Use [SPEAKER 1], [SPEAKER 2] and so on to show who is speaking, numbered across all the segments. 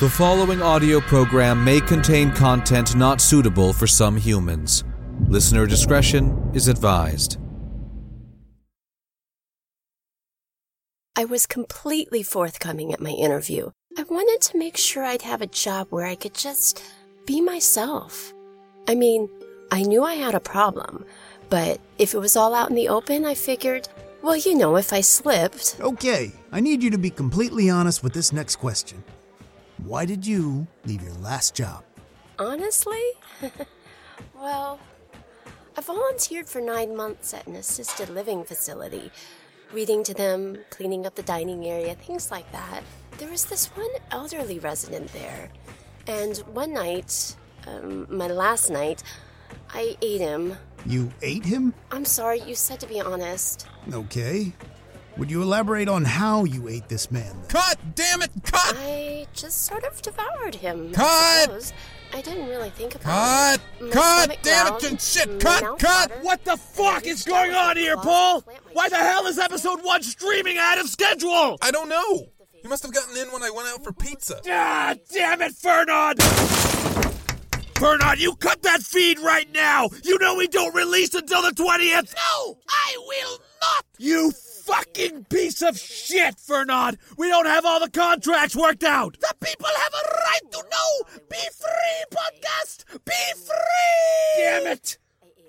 [SPEAKER 1] The following audio program may contain content not suitable for some humans. Listener discretion is advised.
[SPEAKER 2] I was completely forthcoming at my interview. I wanted to make sure I'd have a job where I could just be myself. I mean, I knew I had a problem, but if it was all out in the open, I figured, well, you know, if I slipped,
[SPEAKER 3] Okay, I need you to be completely honest with this next question. Why did you leave your last job?
[SPEAKER 2] honestly, well, I volunteered for nine months at an assisted living facility, reading to them, cleaning up the dining area, things like that. There was this one elderly resident there, and one night, um, my last night, I ate him.
[SPEAKER 3] You ate him?
[SPEAKER 2] I'm sorry, you said to be honest.
[SPEAKER 3] Okay. Would you elaborate on how you ate this man? then?
[SPEAKER 4] Cut! Damn it! Cut!
[SPEAKER 2] I just sort of devoured him. I,
[SPEAKER 4] Cut!
[SPEAKER 2] suppose. I didn't really think about
[SPEAKER 4] Cut!
[SPEAKER 2] it. My
[SPEAKER 4] Cut!
[SPEAKER 2] stomach
[SPEAKER 4] Damn
[SPEAKER 2] growled,
[SPEAKER 4] it!
[SPEAKER 2] my
[SPEAKER 4] Shit! Cut!
[SPEAKER 2] mouth
[SPEAKER 4] Cut!
[SPEAKER 2] watered.
[SPEAKER 4] What the fuck
[SPEAKER 2] I
[SPEAKER 4] is
[SPEAKER 2] reached
[SPEAKER 4] going
[SPEAKER 2] out
[SPEAKER 4] on
[SPEAKER 2] to
[SPEAKER 4] here,
[SPEAKER 2] claw-
[SPEAKER 4] Paul?
[SPEAKER 2] plant my
[SPEAKER 4] Why the
[SPEAKER 2] cheek
[SPEAKER 4] hell is
[SPEAKER 2] against the
[SPEAKER 4] episode one streaming out of schedule?
[SPEAKER 5] I don't know. He must have gotten in when I went out for pizza.
[SPEAKER 4] Ah, damn it, Fernand! Fernand, you cut that feed right now! You know we don't release until the 20th! No! I will not! You fucking piece of shit, Fernand! We don't have all the contracts worked out! The people have a right to know! Be free, podcast! Be free! Damn it!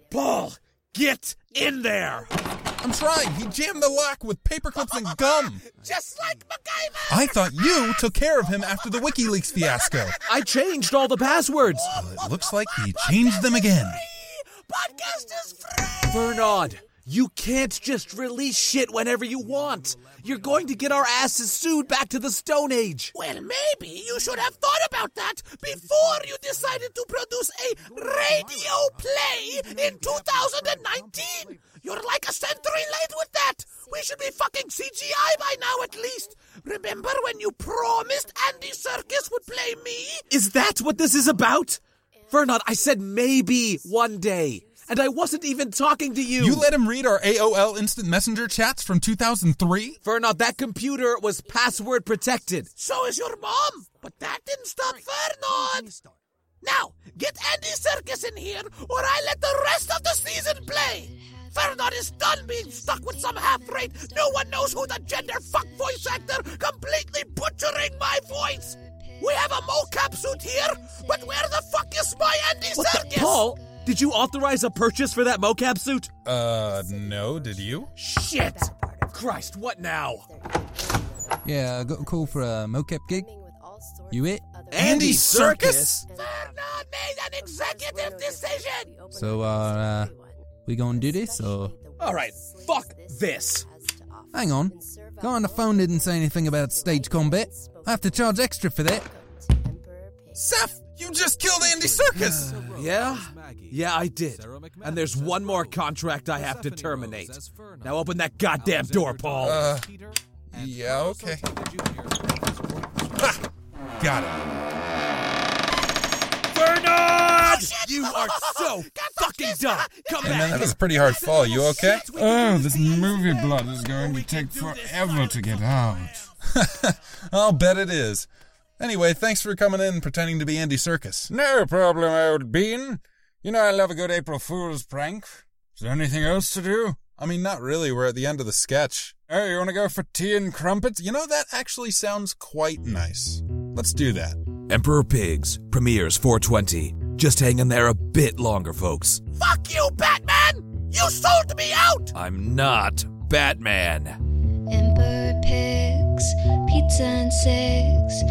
[SPEAKER 4] Paul, get in there!
[SPEAKER 5] I'm trying. He jammed the lock with paper clips and gum.
[SPEAKER 4] Just like MacGyver!
[SPEAKER 5] I thought you took care of him after the WikiLeaks fiasco.
[SPEAKER 4] I changed all the passwords!
[SPEAKER 5] Well, it looks like he changed them again.
[SPEAKER 4] Podcast is free! Bernard, you can't just release shit whenever you want. You're going to get our asses sued back to the Stone Age. Well, maybe you should have thought about that before you decided to produce a radio play in 2019. You're like a century late with that. We should be fucking CGI by now at least. Remember when you promised Andy Serkis would play me? Is that what this is about? Vernon, I said maybe one day. And I wasn't even talking to you.
[SPEAKER 5] You let him read our AOL Instant Messenger chats from 2003?
[SPEAKER 4] Vernon, that computer was password protected. So is your mom. But that didn't stop Vernon. Now, get Andy Circus in here, or I let the rest of the season play. Vernon is done being stuck with some half-rate, no one knows who the gender fuck voice actor completely butchering my voice. We have a mocap suit here, but where the fuck is my Andy what The, Paul, did you authorize a purchase for that mocap suit?
[SPEAKER 5] Uh, no, did you?
[SPEAKER 4] Shit! Christ, what now?
[SPEAKER 6] Yeah, I got a call for a mocap gig.
[SPEAKER 2] With all sorts
[SPEAKER 6] You it?
[SPEAKER 2] of other- um,
[SPEAKER 5] Andy Circus?
[SPEAKER 4] Vernon made an executive decision!
[SPEAKER 6] So, uh, uh, we gonna do this or?
[SPEAKER 4] Alright, fuck this.
[SPEAKER 6] Hang on. Guy on the phone didn't say anything about stage combat. I have to charge extra for that.
[SPEAKER 5] Seth, you just killed Andy Circus!
[SPEAKER 4] Yeah? Yeah, I did. And there's one more contract I have to terminate. Now open that goddamn door, Paul.
[SPEAKER 5] Uh, yeah, okay. Ha! Got it.
[SPEAKER 4] Bernard! You are so fucking dumb! Come
[SPEAKER 5] That
[SPEAKER 4] back!
[SPEAKER 5] was a pretty hard fall. You okay?
[SPEAKER 7] Oh, this movie blood is going to take forever to get out.
[SPEAKER 5] I'll bet it is. Anyway, thanks for coming in and pretending to be Andy Circus.
[SPEAKER 7] No problem, old bean. You know I love a good April Fool's prank. Is there anything else to do?
[SPEAKER 5] I mean, not really. We're at the end of the sketch.
[SPEAKER 7] Oh, you want to go for tea and crumpets?
[SPEAKER 5] You know, that actually sounds quite nice. Let's do that.
[SPEAKER 1] Emperor Pigs premieres 420. Just hang in there a bit longer, folks.
[SPEAKER 4] Fuck you, Batman! You sold me out!
[SPEAKER 1] I'm not Batman.
[SPEAKER 8] Emperor pigs, pizza and six,